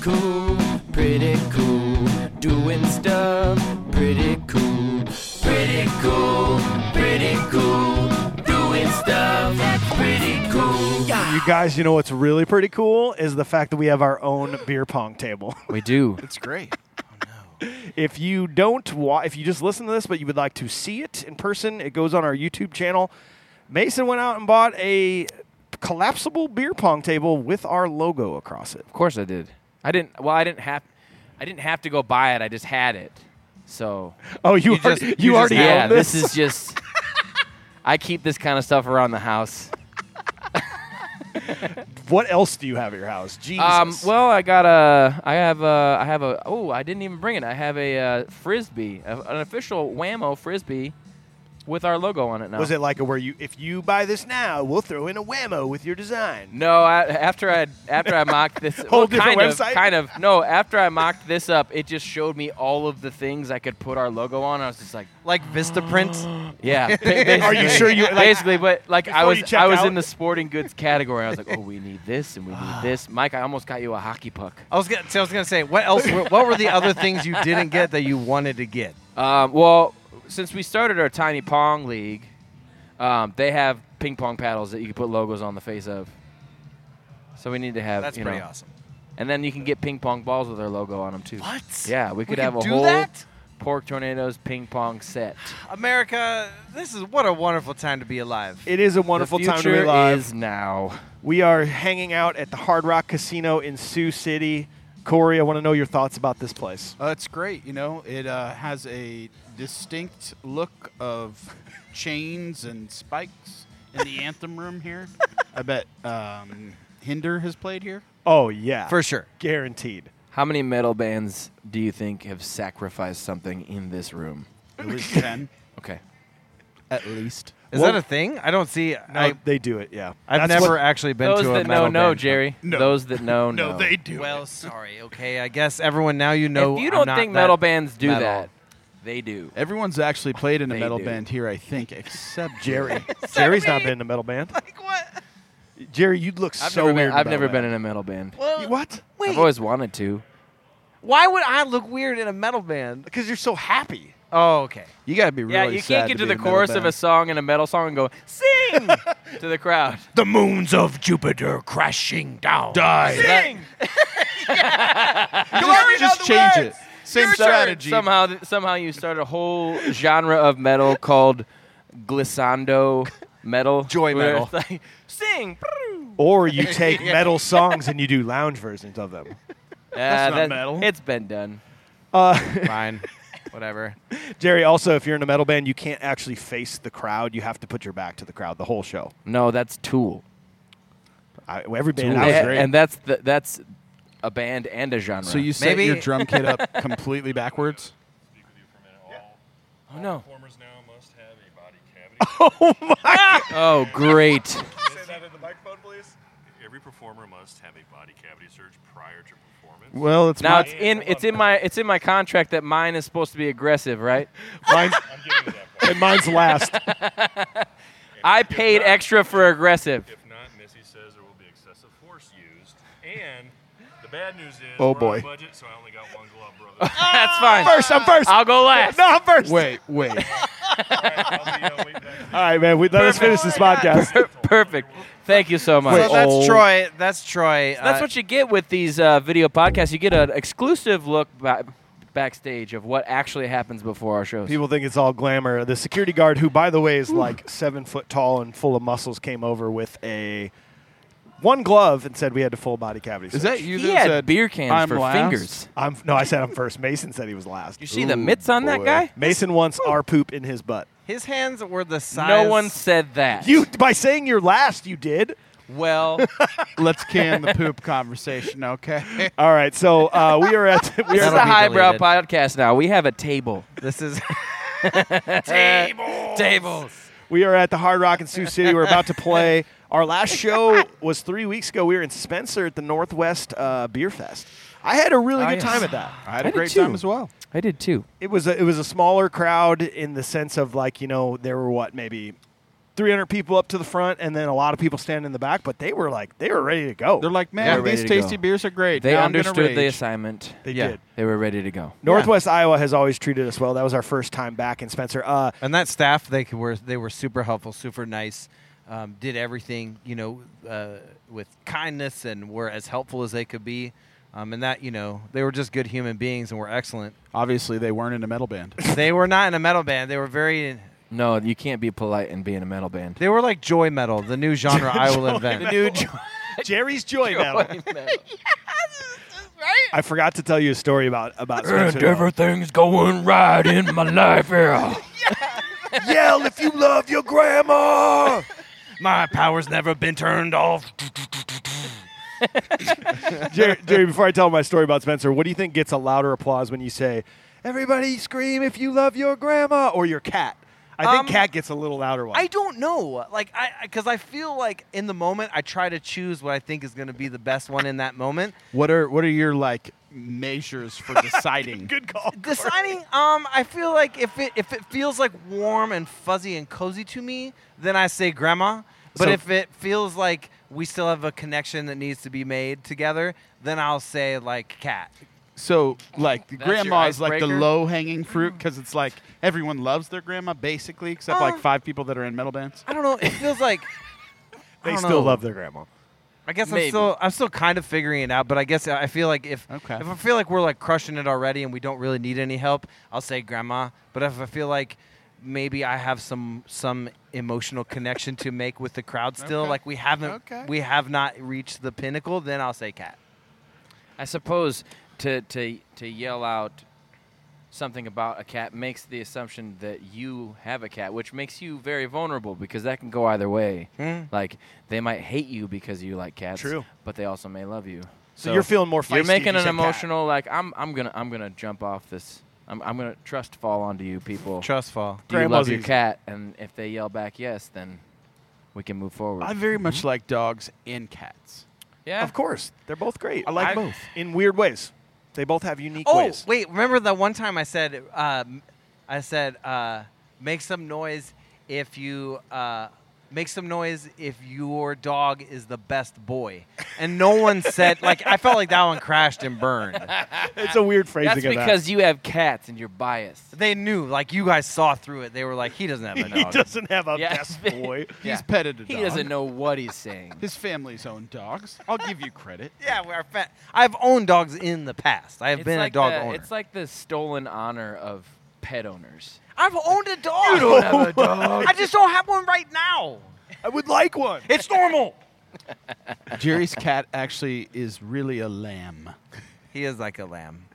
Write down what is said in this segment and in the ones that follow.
cool, pretty cool, doing stuff pretty cool, pretty cool, pretty cool, doing stuff pretty cool. You guys, you know what's really pretty cool is the fact that we have our own beer pong table. We do. It's great. If you don't wa- if you just listen to this but you would like to see it in person, it goes on our YouTube channel. Mason went out and bought a collapsible beer pong table with our logo across it. Of course I did. I didn't. Well, I didn't have. I didn't have to go buy it. I just had it. So Oh, you You already, just- you you just already had- yeah, own this? this is just. I keep this kind of stuff around the house. what else do you have at your house? Jesus. Um, well, I got a. I have a. I have a. Oh, I didn't even bring it. I have a uh, frisbee, a, an official Whammo frisbee, with our logo on it now. was it like a where you if you buy this now, we'll throw in a whammo with your design? No, I, after I after I mocked this Whole well, different kind of, website? kind of. No, after I mocked this up, it just showed me all of the things I could put our logo on. I was just like, Like Vistaprint. yeah. ba- Are you basically. sure you- like- basically? But like, I Before was you check I was out? in the sporting goods category. I was like, oh, we need this and we need this. Mike, I almost got you a hockey puck. I was gonna. So I was gonna say, what else? were- what were the other things you didn't get that you wanted to get? Um, well, since we started our tiny pong league, um, they have ping pong paddles that you can put logos on the face of. So we need to have That's Uh, you pretty know, awesome. And then you can get ping pong balls with our logo on them too. What? Yeah, we could can have a do whole that? pork tornadoes ping pong set. America, this is what a wonderful time to be alive. It is a wonderful the time to be future alive. is now. We are hanging out at the Hard Rock Casino in Sioux City. Corey, I want to know your thoughts about this place. Uh, it's great, you know. It uh, has a distinct look of chains and spikes in the anthem room here. I bet um, Hinder has played here. Oh yeah, For sure. guaranteed. How many metal bands do you think have sacrificed something in this room? It was ten. Okay. At least. Is Well- that a thing? I don't see. No, I, Oh, they do it. Yeah, I've That's never what- actually been Those to a that know metal know, band. Jerry. Those that know know. do. Well, sorry. Okay, I guess everyone now you know. if you I'm don't not think that- metal bands do metal. that, they do. Everyone's actually played in a They metal do. band here, I think, except Jerry. Jerry. Jerry's not been in a metal band. Like what? Jerry, you look I've so never weird. been, I've never been in a metal band. Well, What? Wait. I've always wanted to. why would I look weird in a metal band? Because you're so happy. Oh, okay. You gotta be really. yeah, you can't sad get to to, be the in a metal chorus of band. a song in a metal song and go sing to the crowd. The moons of Jupiter crashing down. die. Sing. Just, just change it. Same strategy. Somehow, th- somehow you start a whole genre of metal called glissando metal. Joy where metal. it's Like, Sing. Or you take metal songs and you do lounge versions of them. That's not metal. It's been done. Fine. Whatever. Jerry, also, if you're in a metal band, you can't actually face the crowd. You have to put your back to the crowd the whole show. No, that's Tool. I, every band, Tool. I was And- great. And that's the, that's a band and a genre. so you set Maybe- your drum kit up completely backwards. Oh no. Performers now must have a body cavity. Oh great. Say that in the microphone, please. Every performer must have a body cavity search prior to performance. Well, it's Now not. it's in it's in my it's in my contract that mine is supposed to be aggressive, right? mine's, I'm getting to that part. and mine's last. I paid extra for aggressive. If not, Missy says there will be excessive force used. And the bad news is, Oh, we're boy. on budget, so I only got one glove, brother. That's fine. First, I'm first. I'll go last. no, I'm first. Wait, wait. All right, I'll be, uh, waiting back All right, man. We, let us finish this podcast. Perfect. Thank you so much. so that's Troy. That's Troy. Oh. That's uh, what you get with these uh, video podcasts. You get an exclusive look ba- backstage of what actually happens before our shows. People think it's all glamour. The security guard, who by the way is like seven foot tall and full of muscles, came over with a one glove and said we had to full body cavity. search. Is that you? he that had said, beer cans I'm for last? fingers. I'm no, I said I'm first. Mason said he was last. You see the Ooh, mitts on that boy. guy? Mason wants our poop in his butt. his hands were the size. No one said that. You by saying you're last, you did. Well, Let's can the poop conversation, okay? All right, so uh, we are at we This are is That'll a be highbrow deleted. podcast now. We have a table. this is Tables. We are at the Hard Rock in Sioux City. We're about to play. Our last show was three weeks ago. We were in Spencer at the Northwest uh, Beer Fest. I had a really Oh, good yes. time at that. I had I a did great too. time as well. I did too. It was a, it was a smaller crowd in the sense of like you know there were what maybe 300 people up to the front and then a lot of people standing in the back, but they were like, they were ready to go. They're like, man, They're ready these to tasty go. beers are great. They Now I'm gonna understood the rage. assignment. They yeah, did. They were ready to go. Northwest Iowa has always treated us well. That was our first time back in Spencer. Uh, And that staff, they could, were they were super helpful, super nice, um, did everything you know uh, with kindness and were as helpful as they could be. Um, and that you know they were just good human beings and were excellent. Obviously, they weren't in a metal band. they were not in a metal band. They were very. No, you can't be polite and be in a metal band. They were like joy metal, the new genre I will invent. new Jo- Jerry's Joy Metal. I forgot to tell you a story about about Spencer. And though. everything's going right in my life, yeah. Yell if you love your grandma. My power's never been turned off. Jerry, Jerry, before I tell my story about Spencer, what do you think gets a louder applause when you say, "Everybody scream if you love your grandma or your cat"? I think Um, cat gets a little louder one. I don't know. Like I because I feel like in the moment I try to choose what I think is going to be the best one in that moment. what are what are your like measures for deciding? Good call. Deciding um I feel like if it if it feels like warm and fuzzy and cozy to me, then I say grandma. But So- if it feels like we still have a connection that needs to be made together, then I'll say like cat. So, like, your grandma is like the icebreaker? Mm. low hanging fruit because it's like everyone loves their grandma basically, except Uh. like five people that are in metal bands. I don't know. It feels like I They don't still know. love their grandma. I guess I'm Maybe. still I'm still kind of figuring it out, but I guess I feel like if Okay. if I feel like we're like crushing it already and we don't really need any help, I'll say grandma. But if I feel like maybe I have some some emotional connection to make with the crowd still, Okay. like we haven't Okay. we have not reached the pinnacle, then I'll say cat. I suppose to to to yell out something about a cat makes the assumption that you have a cat, which makes you very vulnerable because that can go either way. Like they might hate you because you like cats. Hmm. True. But they also may love you. So, you're feeling more. Feisty You're if making an you say cat. emotional like I'm I'm gonna I'm gonna jump off this. I'm I'm gonna trust fall onto you people. Trust fall. Do you love Grandma's your easy. cat? And if they yell back yes, then we can move forward. I very Mm-hmm. much like dogs and cats. yeah. Of course, they're both great. I like both. in weird ways. They both have unique Oh ways. wait, remember that one time I said um, I said uh, make some noise if you uh, make some noise if your dog is the best boy, and no one said like I felt like that one crashed and burned. It's a weird phrasing. That's of that. because you have cats and you're biased. They knew like you guys saw through it. They were like he doesn't have a dog. he doesn't have a Yeah. best boy. Yeah. He's petted a He dog. doesn't know what he's saying. His family's own dogs. I'll give you credit. Yeah, we're fat. I've owned dogs in the past. I have It's been like a dog the, owner. It's like the stolen honor of pet owners. I've owned a dog. I just don't have one right now. I would like one. It's normal. Jerry's cat actually is really a lamb. He is like a lamb.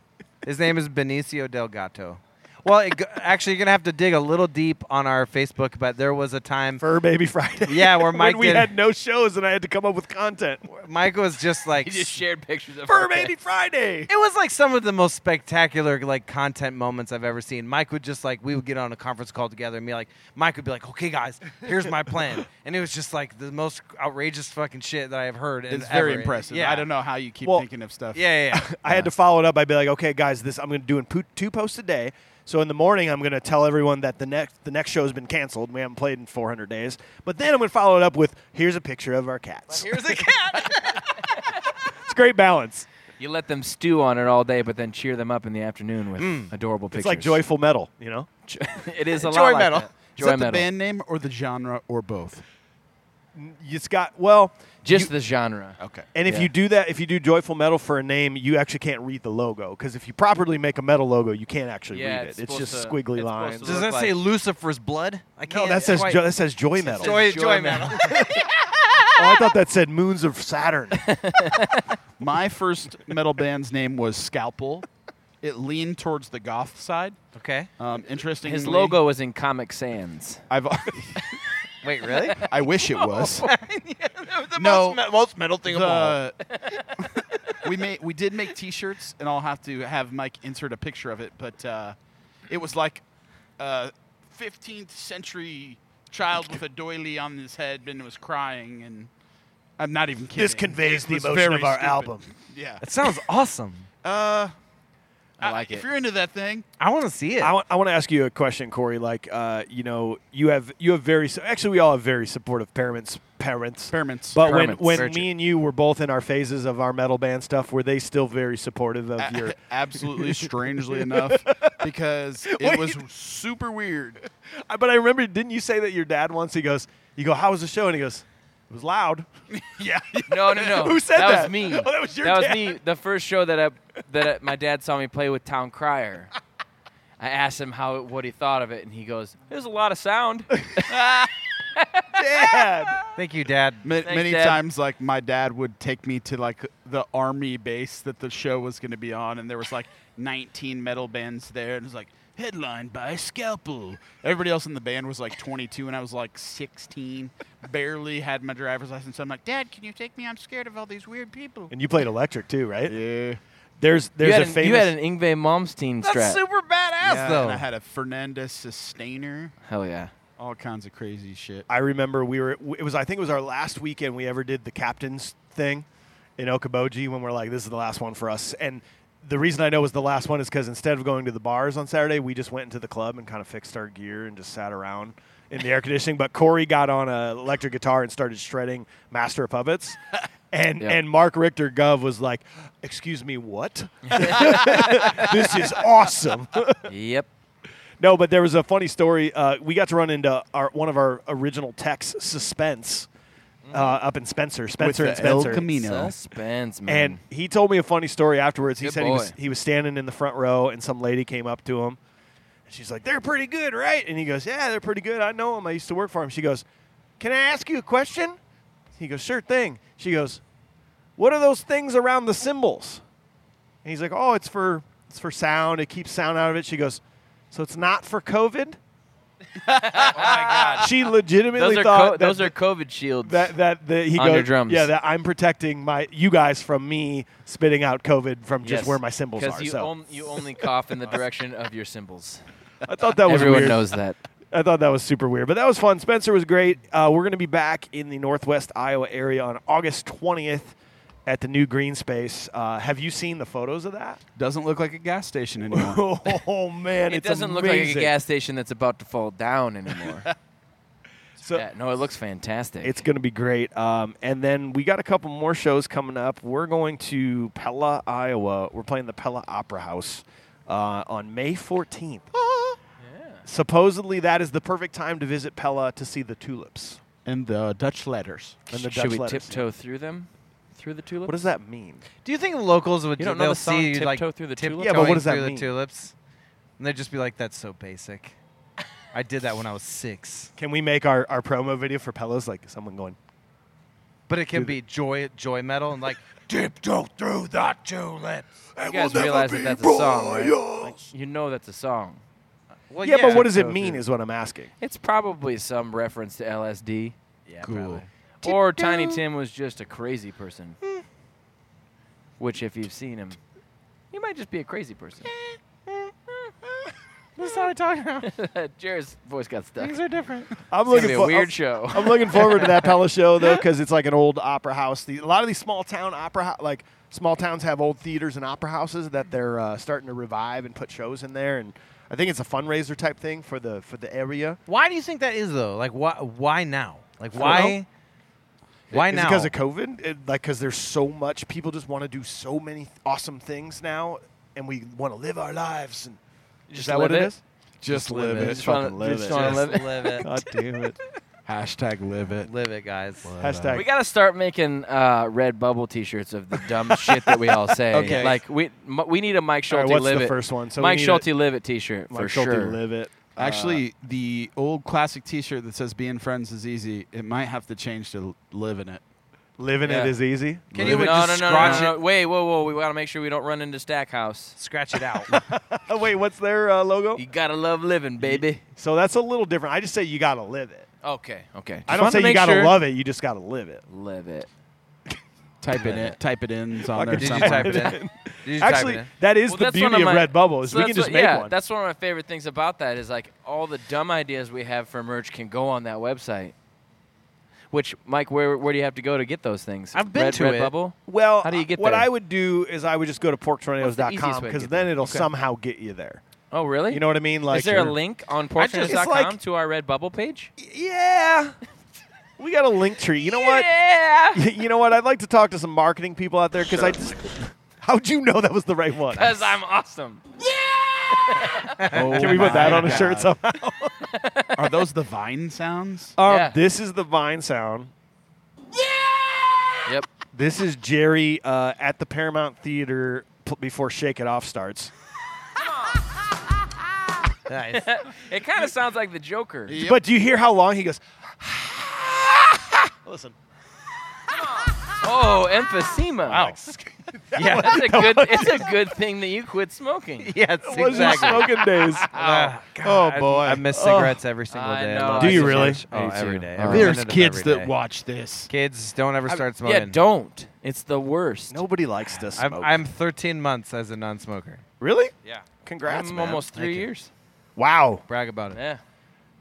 His name is Benicio del Gato. Well, it, go- actually, you're gonna have to dig a little deep on our Facebook, but there was a time Fur Baby Friday. Yeah, where Mike when we did- had no shows and I had to come up with content. Mike was just like He just shared pictures of Fur her Baby Friday. it was like some of the most spectacular like content moments I've ever seen. Mike would just like we would get on a conference call together and be like, Mike would be like, "Okay, guys, here's my plan," and it was just like the most outrageous fucking shit that I have heard. and It's very ever. impressive. Yeah, I don't know how you keep Well, thinking of stuff. Yeah, yeah. yeah. I had to follow it up. I'd be like, okay, guys, this I'm going to do in po- two posts a day. So in the morning, I'm going to tell everyone that the next the next show has been canceled. We haven't played in 400 days. But then I'm going to follow it up with here's a picture of our cats. Here's a cat. it's great balance. You let them stew on it all day, but then cheer them up in the afternoon with adorable It's pictures. like joyful metal, you know. it is a Joy lot like metal. that. Is Joy that metal. the band name or the genre or both? It's got well, Just you- the genre. Okay. and if yeah. you do that, if you do joyful metal for a name, you actually can't read the logo because if you properly make a metal logo, you can't actually Yeah, read it. it's It's supposed just to- squiggly it's supposed lines. to Does look that say like- Lucifer's blood? I can't. No, that says quite- jo- that says joy metal. joy, Joy joy metal. metal. Oh, I thought that said moons of Saturn. My first metal band's name was Scalpel. It leaned towards the goth side. Okay. Um, interestingly, His logo was in Comic Sans. I've, Wait, really? I wish it was. the No. me- most metal thing The- we made we did make T-shirts, and I'll have to have Mike insert a picture of it. But uh, it was like a 15th century child with a doily on his head, and was crying. And I'm not even kidding. This conveys It the was emotion very of our stupid. album. Yeah. That sounds awesome. Uh, I like it. If you're into that thing, I want to see it. I want, I want to ask you a question, Corey. Like, uh, you know, you have you have very su- actually we all have very supportive parents, parents, Parents. But when Parents. when Very true. me and you were both in our phases of our metal band stuff, were they still very supportive Uh, of your? absolutely strangely enough, because it Wait. was super weird. I- but I remember, didn't you say that your dad once? He goes, you go, how was the show? And he goes, it was loud. Yeah. No, no, no. Who said That that? was me. Oh, that was your dad. me. The first show that I, that I, my dad saw me play with Town Crier. I asked him how what he thought of it, and he goes, "There's a lot of sound." Dad, Thank you, Dad. Ma- Thanks, many Dad. times, like my dad would take me to like the army base that the show was going to be on, and there was like 19 metal bands there, and it was like headlined by Scalpel. Everybody else in the band was like 22, and I was like 16, barely had my driver's license. So I'm like, Dad, can you take me? I'm scared of all these weird people. and you played electric too, right? Yeah. There's there's you, had a an, famous. you had an Ingve Malmsteen That's strat. super badass, And I though. had a Fernandez sustainer, Hell yeah. all kinds of crazy shit. I remember we were it was I think it was our last weekend we ever did the captain's thing in Okoboji when we're like this is the last one for us and the reason I know it was the last one is because instead of going to the bars on Saturday we just went into the club and kind of fixed our gear and just sat around in the air conditioning but Corey got on an electric guitar and started shredding Master of Puppets. And, Yeah. and Mark Richter Gov was like, "Excuse me, what? this is awesome." Yep. No, but there was a funny story. Uh, we got to run into our one of our original techs, Suspense, uh, up in Spencer, Spencer the and Spencer. El Camino. Suspense, And man. he told me a funny story afterwards. He Good said he was boy. he was standing in the front row, and some lady came up to him, and she's like, "They're pretty good, right?" And he goes, "Yeah, they're pretty good. I know them. I used to work for them." She goes, "Can I ask you a question?" He goes, "Sure thing." She goes, "What are those things around the cymbals?" And he's like, "Oh, it's for it's for sound. It keeps sound out of it." She goes, "So it's not for COVID." oh my god! She legitimately those are thought co- that those are COVID shields. that that the, he On goes, your drums. Yeah, that I'm protecting my you guys from me spitting out COVID from just Yes. where my symbols are. you, so on- you only cough in the direction of your symbols. I thought that was Everyone weird. knows that. I thought that was super weird, but that was fun. Spencer was great. Uh, we're going to be back in the Northwest Iowa area on August 20th at the new green space. Uh, have you seen the photos of that? Doesn't look like a gas station anymore. Oh man, it it's doesn't look like a amazing. gas station that's about to fall down anymore. So- Yeah, no, it looks fantastic. It's going to be great. Um, and then we got a couple more shows coming up. We're going to Pella, Iowa. We're playing the Pella Opera House uh, on May 14th. Ah. Supposedly, that is the perfect time to visit Pella to see the tulips and the Dutch letters. and the Should Dutch we letters. tiptoe through them? Through the tulips? What does that mean? Do you think locals would You do- don't know they'll the song see you like Tiptoe Through the Tulips? Yeah, but what tiptoeing does that through mean? the tulips, and they'd just be like, "That's so basic." I did that when I was six, Can we make our, our promo video for Pella's like someone going? but it can be joy joy metal and like Tiptoe through the tulips. You guys realize that that's a song, right? Like, you know that's a song. well, yeah, but what does it Tiptoe mean? through- Is what I'm asking. It's probably some reference to LSD. yeah, cool. Or Tiny Tim was just a crazy person. Which, if you've seen him, he might just be a crazy person. That's not what I'm talking about. Jared's voice got stuck. Things are different. I'm It's gonna be a for oh, weird show. I'm looking forward to that Pella show though, because it's like an old opera house. The, a lot of these small town opera, hou- like small towns, have old theaters and opera houses that they're uh, starting to revive and put shows in there. And I think it's a fundraiser type thing for the for the area. Why do you think that is though? Like, why why now? Like, don't know. why? Why Is now? it because of COVID? It, like, because there's so much people just want to do so many th- awesome things now, and we want to live our lives. And is Just that what live it it? is? Just live it. it. Just wanna- Fucking live just it. wanna- Just live it. live it. God damn it! Hashtag live it. live it, guys. Hashtag. We gotta start making uh, red bubble T-shirts of the dumb shit that we all say. Okay. Like we m- we need a Mike All Schulte right, what's live the it. first one? So we Mike need Schulte a- live it T-shirt Mike for Schulte, sure. live it. Actually, the old classic T-shirt that says "Being friends is easy." It might have to change to "Live in it." Living Yeah. it is easy. Can no, you no, just no, no, no, scratch no. it? Wait, whoa, whoa. We gotta make sure we don't run into Stackhouse. Scratch it out. Oh, wait, what's their uh, logo? You gotta love living, baby. So that's a little different. I just say you gotta live it. Okay, okay. Just I don't wanted to say you make gotta sure. love it. You just gotta live it. Live it. Type in it. Type it in on there. Did you somewhere. type it in? Did you type Actually, it in? that is Well, the that's one beauty of, my- Redbubble is so we that's can just what- make yeah, one. That's one of my favorite things about that is like all the dumb ideas we have for merch can go on that website. Which, Mike, where where do you have to go to get those things? I've been Red, to it. Redbubble? Well, How do you get what there? I would do is I would just go to What's the easiest porktornadoes.com way to because get then there? it'll Okay. somehow get you there. Oh, really? You know what I mean? Like is there a you're- link on I just- porktornadoes.com It's like- to our Redbubble page? Yeah. We got a link tree. You know what? You know what? I'd like to talk to some marketing people out there because I just. How'd you know that was the right one? Because I'm awesome. Can we put Oh that on a shirt somehow? Oh Are those the vine sounds? Um, Yeah. This is the Vine sound. Yep. This is Jerry uh, at the Paramount Theater p- before Shake It Off starts. Nice. It kind of sounds like the Joker. Yep. But do you hear how long he goes? Listen. Oh, emphysema. Wow. Yeah, that's a good. It's a good thing that you quit smoking. yes, Was your exactly. smoking days? Ah, oh boy. Oh. I miss cigarettes every single I day. know, Love Do it you so really? much. Oh, Me every too. day. Oh. Every There's minute of kids every that day. watch this. Kids, don't ever start smoking. Yeah, don't. It's the worst. Nobody likes to smoke. I'm, I'm 13 months as a non-smoker. really? Yeah. Congrats, I'm man. almost three years. Wow. Brag about it. Yeah.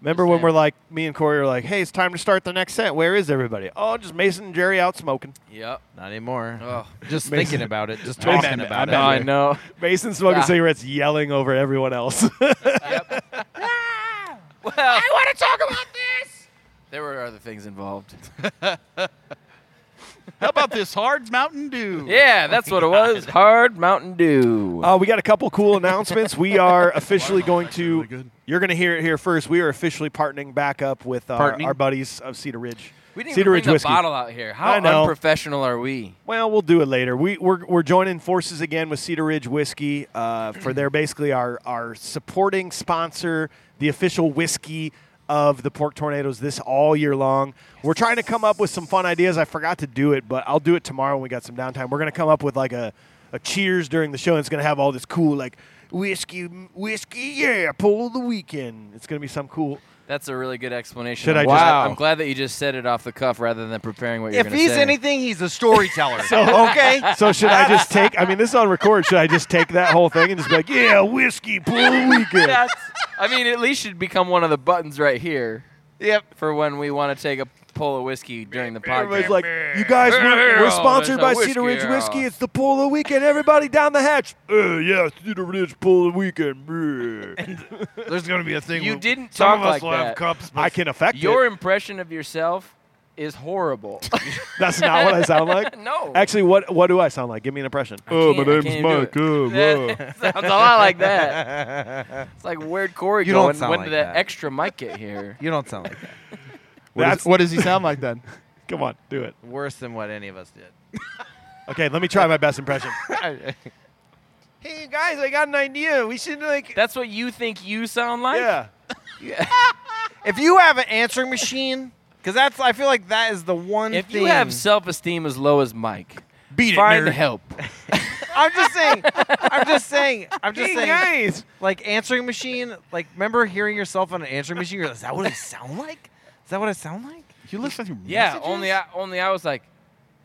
Remember when saying. we're like, me and Corey are like, hey, it's time to start the next set. Where is everybody? Oh, just Mason and Jerry out smoking. Yep. Not anymore. Oh. Just Mason- thinking about it. Just Mason- talking about I it. bet. I know. Mason smoking Ah. cigarettes, yelling over everyone else. Well, I want to talk about this. There were other things involved. How about this hard Mountain Dew? Yeah, that's what it was. Hard Mountain Dew. uh, we got a couple cool announcements. We are officially going actually to, really good. you're going to hear it here first. We are officially partnering back up with our, Partnering? our buddies of Cedar Ridge. we didn't Cedar even Ridge bring the whiskey. bottle out here. How I know. unprofessional are we? Well, we'll do it later. We, we're, we're joining forces again with Cedar Ridge Whiskey uh, for their basically our, our supporting sponsor, the official whiskey of the Pork Tornadoes this all year long. We're trying to come up with some fun ideas. I forgot to do it, but I'll do it tomorrow when we got some downtime. We're going to come up with like a, a cheers during the show, and it's going to have all this cool, like, whiskey, whiskey, yeah, pull of the weekend. It's going to be some cool. That's a really good explanation. Should I I'm just- glad- Wow. I'm glad that you just said it off the cuff rather than preparing what you're If going to he's say. anything, he's a storyteller. Oh, so okay. So should I just take? I mean, this is on record. Should I just take that whole thing and just be like, "Yeah, whiskey, pull of the weekend"? That's, I mean, at least should become one of the buttons right here Yep. for when we want to take a pull of whiskey during the podcast. Everybody's like, you guys, we're, Hey, we're oh, sponsored by there's a Cedar whiskey Ridge here. Whiskey. It's the pull of the weekend. Everybody down the hatch. Uh, yeah, Cedar Ridge pull of the weekend. Bleh. There's gonna be a thing. You where didn't some talk of us like will that. have cups. I can affect Your it. impression of yourself is horrible. That's not what I sound like. no. Actually, what what do I sound like? Give me an impression. Oh, my name's Mike. sounds a lot like that. It's like where'd Corey You go? don't and sound when like did that, that. extra mic get here? You don't sound like that. That's what does he sound like then? come on, do it. Worse than what any of us did. Okay, let me try my best impression. hey guys, I got an idea. We should like That's what you think you sound like? yeah. if you have an answering machine, because that's I feel like that is the one If thing. you have self-esteem as low as Mike, Beat find it, nerd. help. I'm just saying. I'm just saying. I'm just Hey saying. guys, Like answering machine. Like remember hearing yourself on an answering machine? You're like, is that what I sound like? Is that what I sound like? You listen to Yeah, messages? only I, only I was like,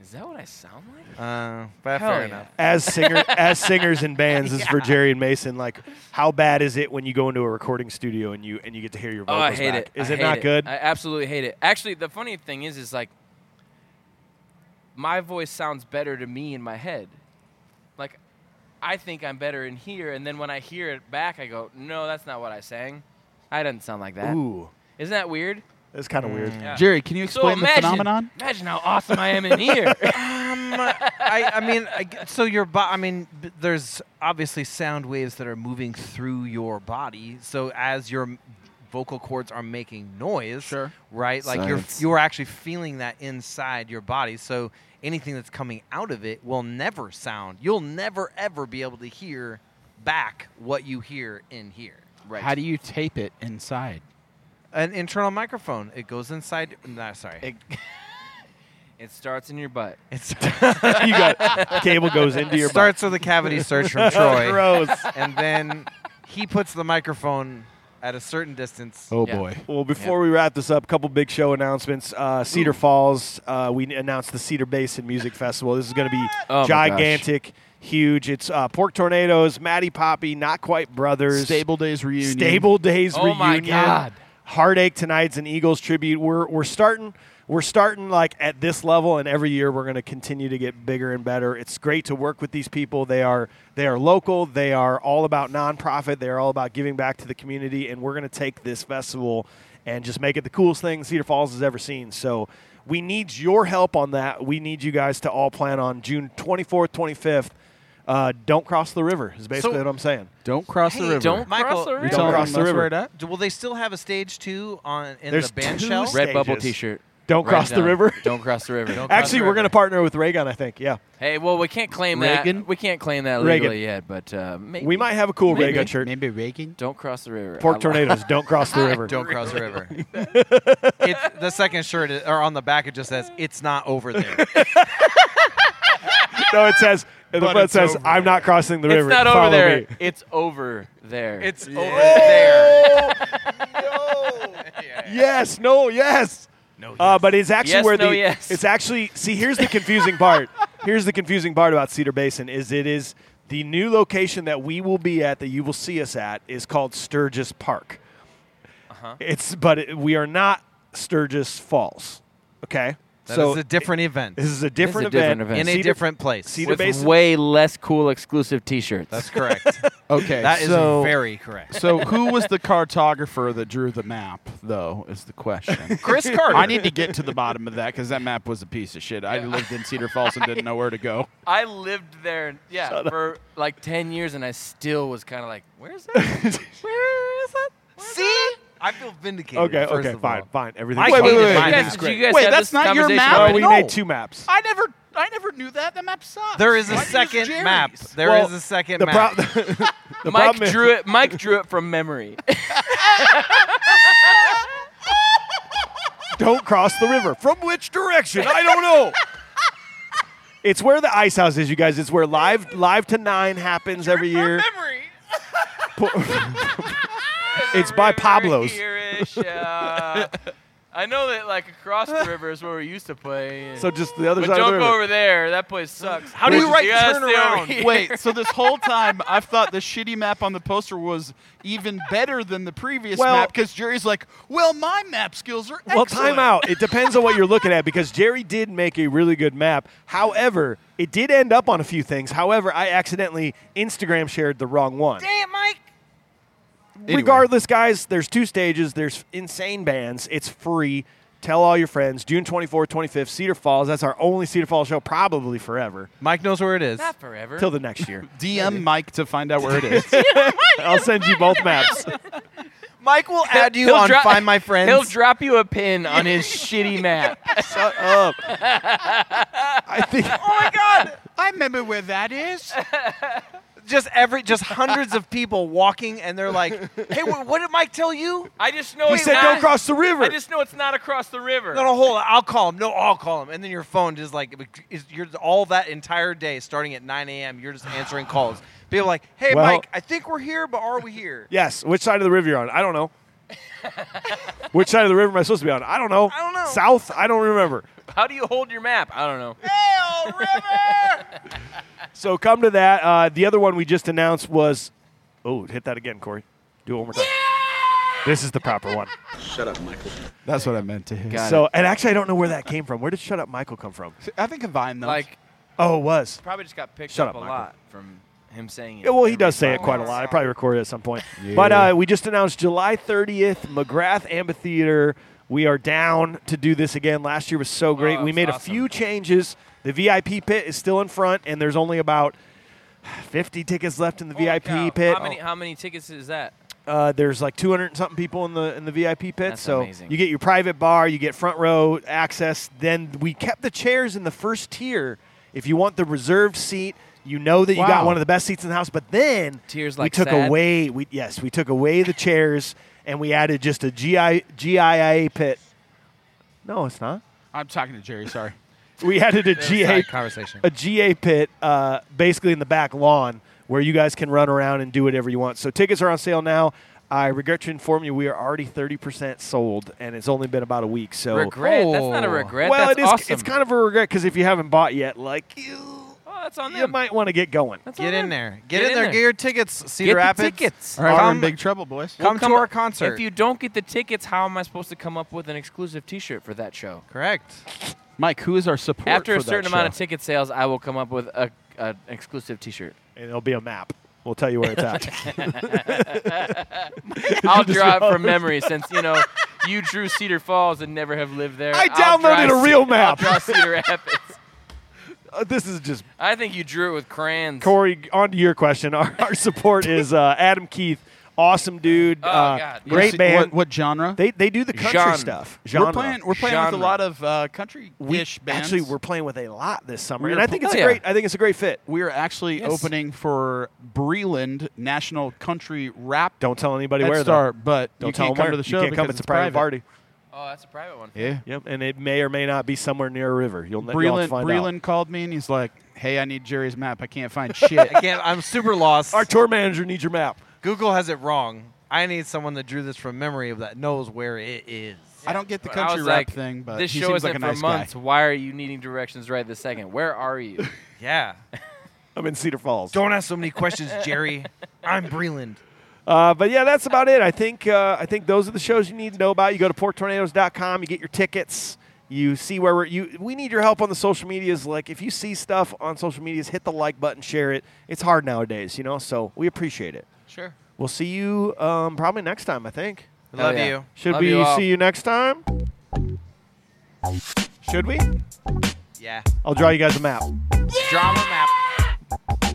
is that what I sound like? Uh, but Hell fair yeah. enough. as singer as singers and bands this is for Jerry and Mason. Like, how bad is it when you go into a recording studio and you and you get to hear your Oh, vocals I hate back? it. Is I it hate not good? I absolutely hate it. Actually, the funny thing is, is like my voice sounds better to me in my head. Like I think I'm better in here, and then when I hear it back, I go, "No, that's not what I sang. I didn't sound like that." Ooh, not that weird? that's kind of weird. Yeah. Jerry, can you So explain the imagine, phenomenon? imagine how awesome I am in here. Um, I, I mean, I g so your body. I mean, b- there's obviously sound waves that are moving through your body. So as your m- vocal cords are making noise, Sure. right? Like Science. you're you're actually feeling that inside your body. So anything that's coming out of it will never sound. You'll never ever be able to hear back what you hear in here. right. How do you tape it inside? An internal microphone. It goes inside. No, sorry. it, it starts in your butt. it's, Mm. you got cable goes into your it starts with a cavity search from Troy. butt. Gross. and then he puts the microphone at a certain distance. Oh Yeah. boy. Well, before we wrap this up, couple big show announcements. Uh, Cedar Falls, uh, we announced the Cedar Basin Music Festival. This is going to be Oh my gosh. gigantic, huge. It's uh, Pork Tornadoes, Matty Poppy, Not Quite Brothers, Stable Days reunion. Stable Days Oh reunion. my God. Heartache tonight's an Eagles tribute. We're we're starting we're starting like at this level, and every year we're going to continue to get bigger and better. It's great to work with these people. They are they are local. They are all about nonprofit. They are all about giving back to the community, and we're going to take this festival and just make it the coolest thing Cedar Falls has ever seen. So we need your help on that. We need you guys to all plan on June 24th, 25th. Uh, don't cross the river is basically So- what I'm saying. Don't cross Hey, the river. Don't Michael, cross the river. Don't Tell cross them the that's river. where it at. Do, will they still have a stage two on in There's the band two shell? sta- Red Bubble Stages. T-shirt. Don't Write cross it the down. river. Don't cross the river. Don't cross Actually, the we're river. going to partner with Raygun, I think. Yeah. Hey, well, we can't claim Reagan? that. We can't claim that Reagan. legally yet, but uh, maybe. We might have a cool Maybe. Raygun shirt. Maybe Reagan. Don't cross the river. I Pork li- tornadoes. Don't cross the river. Don't cross the river. It's the second shirt, is- or on the back, it just says, "It's not over there." No, it says, the But front it's says, over I'm not crossing the It's river. not over Follow there. me." It's over there. It's over there. Oh, Yes. No, yes. No. Uh, but it's actually Yes, where no, the yes. it's actually see here's the confusing part. Here's the confusing part about Cedar Basin is it is the new location that we will be at that you will see us at is called Sturgis Park. Uh-huh. It's but it, we are not Sturgis Falls. Okay, That so is a different event this is a a different different event. event. in a Cedar- different place. Cedar- with Basin- way less cool exclusive T-shirts. That's correct. Okay. That is so, very correct. so who was the cartographer that drew the map, though, is the question. Chris Carter. I need to get to the bottom of that because that map was a piece of shit. I lived in Cedar Falls and didn't know where to go. I lived there, yeah, for like ten years, and I still was kind of like, "Where's that? Where is that?" see. I feel vindicated. Okay, first okay, of fine, all. fine. Everything. I Wait, wait, hated wait, my wait. You Mine guys, map. is did you great. guys Wait, have that's this not your conversation map. already? we No. made two maps. I never, I never knew that. That map sucks. There is a Why do you second use Jerry's? map. There is Well, a second the map. pro- the Mike problem is- drew it. Mike drew it from memory. don't cross the river. From which direction? I don't know. it's where the ice house is, you guys. It's where live live to nine happens every year. it's by Pablo's. Irish, uh, I know that like across the river is where we used to play. So just the other but side don't of the go river. over there. That place sucks. How do you write gotta stay over turnaround? here. Wait, so this whole time I've thought the shitty map on the poster was even better than the previous Well- map because Jerry's like, well, my map skills are well, excellent. time out. It depends on what you're looking at because Jerry did make a really good map. However, it did end up on a few things. However, I accidentally Instagram shared the wrong one. Damn, Mike. Anyway. Regardless, guys, there's two stages. There's insane bands. It's free. Tell all your friends. June 24th, 25th, Cedar Falls. That's our only Cedar Falls show, probably forever, Mike knows where it is. Not forever. till the next year. DM Mike to find out where it is. I'll send you both maps. Mike will add you He'll on dro- Find My Friends. He'll drop you a pin on his shitty map. Shut up. I think I remember where that is. just every just hundreds of people walking, and they're like, "Hey, wh- what did Mike tell you?" I just know he it's said not- don't cross the river. I just know it's not across the river. No, no, hold on. I'll call him. No, I'll call him. And then your phone just like is you're all that entire day, starting at 9 a.m. You're just answering calls. People are like, "Hey, Well- Mike, I think we're here, but are we here?" yes. Which side of the river you're on? I don't know. Which side of the river am I supposed to be on? I don't know. I don't know. South? I don't remember. How do you hold your map? I don't know. Hey, old river. So come to that. Uh, the other one we just announced was. Oh, hit that again, Corey. Do it one more time. This is the proper one. That's what I meant to hear. Got So, and actually, I don't know where that came from. Where did "Shut Up, Michael" come from? I think a vine though. Like Oh, it was. probably just got picked Shut up, up, a Michael. lot from him saying it. Yeah, well, he every does say it time. quite a lot. I probably recorded it at some point. But uh, we just announced July 30th, McGrath Amphitheater. We are down to do this again. Last year was so great. Oh, we it's made a awesome. few changes. The VIP pit is still in front, and there's only about 50 tickets left in the Holy VIP cow. pit. How many, how many tickets is that? Uh, there's like 200 and something people in the in the VIP pit. That's so amazing. you get your private bar, you get front row access. Then we kept the chairs in the first tier. If you want the reserved seat, you know that you got Wow. one of the best seats in the house. But then Tiers we like took sad? away. We yes, we took away the chairs and we added just a GI GIA pit. No, it's not. I'm talking to Jerry. Sorry. We added a GA Side conversation. a GA pit uh, basically in the back lawn where you guys can run around and do whatever you want. So tickets are on sale now. I regret to inform you we are already 30% sold and it's only been about a week. So Regret? That's not a Oh. regret. well That's it is awesome. it's kind of a regret cuz if you haven't bought yet like you Oh, Well, that's on you them. might want to get going. That's Get on in them. there. Get, Get in, in there. there. Get your tickets. Cedar Get the Rapids. tickets. All right, we're in Come- big trouble, boys. We'll Come to our up- concert. If you don't get the tickets, how am I supposed to come up with an exclusive T-shirt for that show? Correct. Mike, who is our support? After a for that certain amount of show? ticket sales, I will come up with a, a an exclusive T-shirt. And it'll be a map. We'll tell you where it's at. I'll Just draw it draw from it. memory, since you know you drew Cedar Falls and never have lived there. I I'll draw downloaded a Ce- real I'll map. draw Cedar Rapids. Uh, this is just I think you drew it with crayons. Corey. On to your question. Our, our support is uh, Adam Keith. Awesome dude. Oh, uh, God. What Great se- band. What, what genre? They they do the country Genre. stuff. We're Genre. playing. We're playing with a Genre. lot of uh, country We- ish bands. Actually, we're playing with a lot this summer, We're and I think pl- it's Oh, a yeah. great. I think it's a great fit. we are actually Yes. opening for Breland National Country Rap. Don't tell anybody Head where though. Start, but Don't you tell them can't come where. to the show You can't come. because It's a private party. Oh, that's a private one. Yeah. Yep, and it may or may not be somewhere near a river. You'll, ne- you'll Breland, have to find out. Breland called me and he's like, "Hey, I need Jerry's map. I can't find shit." I can't. I'm super lost. Our tour manager needs your map. Google has it wrong. I need someone that drew this from memory that knows where it is. I don't get the But I country was rap like, thing, but this he show seems isn't like a for nice months. guy. Why are you needing directions right this second? Where are you? Yeah. I'm in Cedar Falls. Don't ask so many questions, Jerry. I'm Breland. Uh, but yeah, that's about it. I think uh, I think those are the shows you need to know about. You go to porktornadoes.com, you get your tickets. You see where we're you. We need your help on the social medias. Like if you see stuff on social medias, hit the like button, share it. It's hard nowadays, you know. So we appreciate it. Sure. We'll see you um, probably next time. I think. Hell Love yeah. you. Should Love we you all. see you next time? Should we? Yeah. I'll draw you guys a map. Drama map.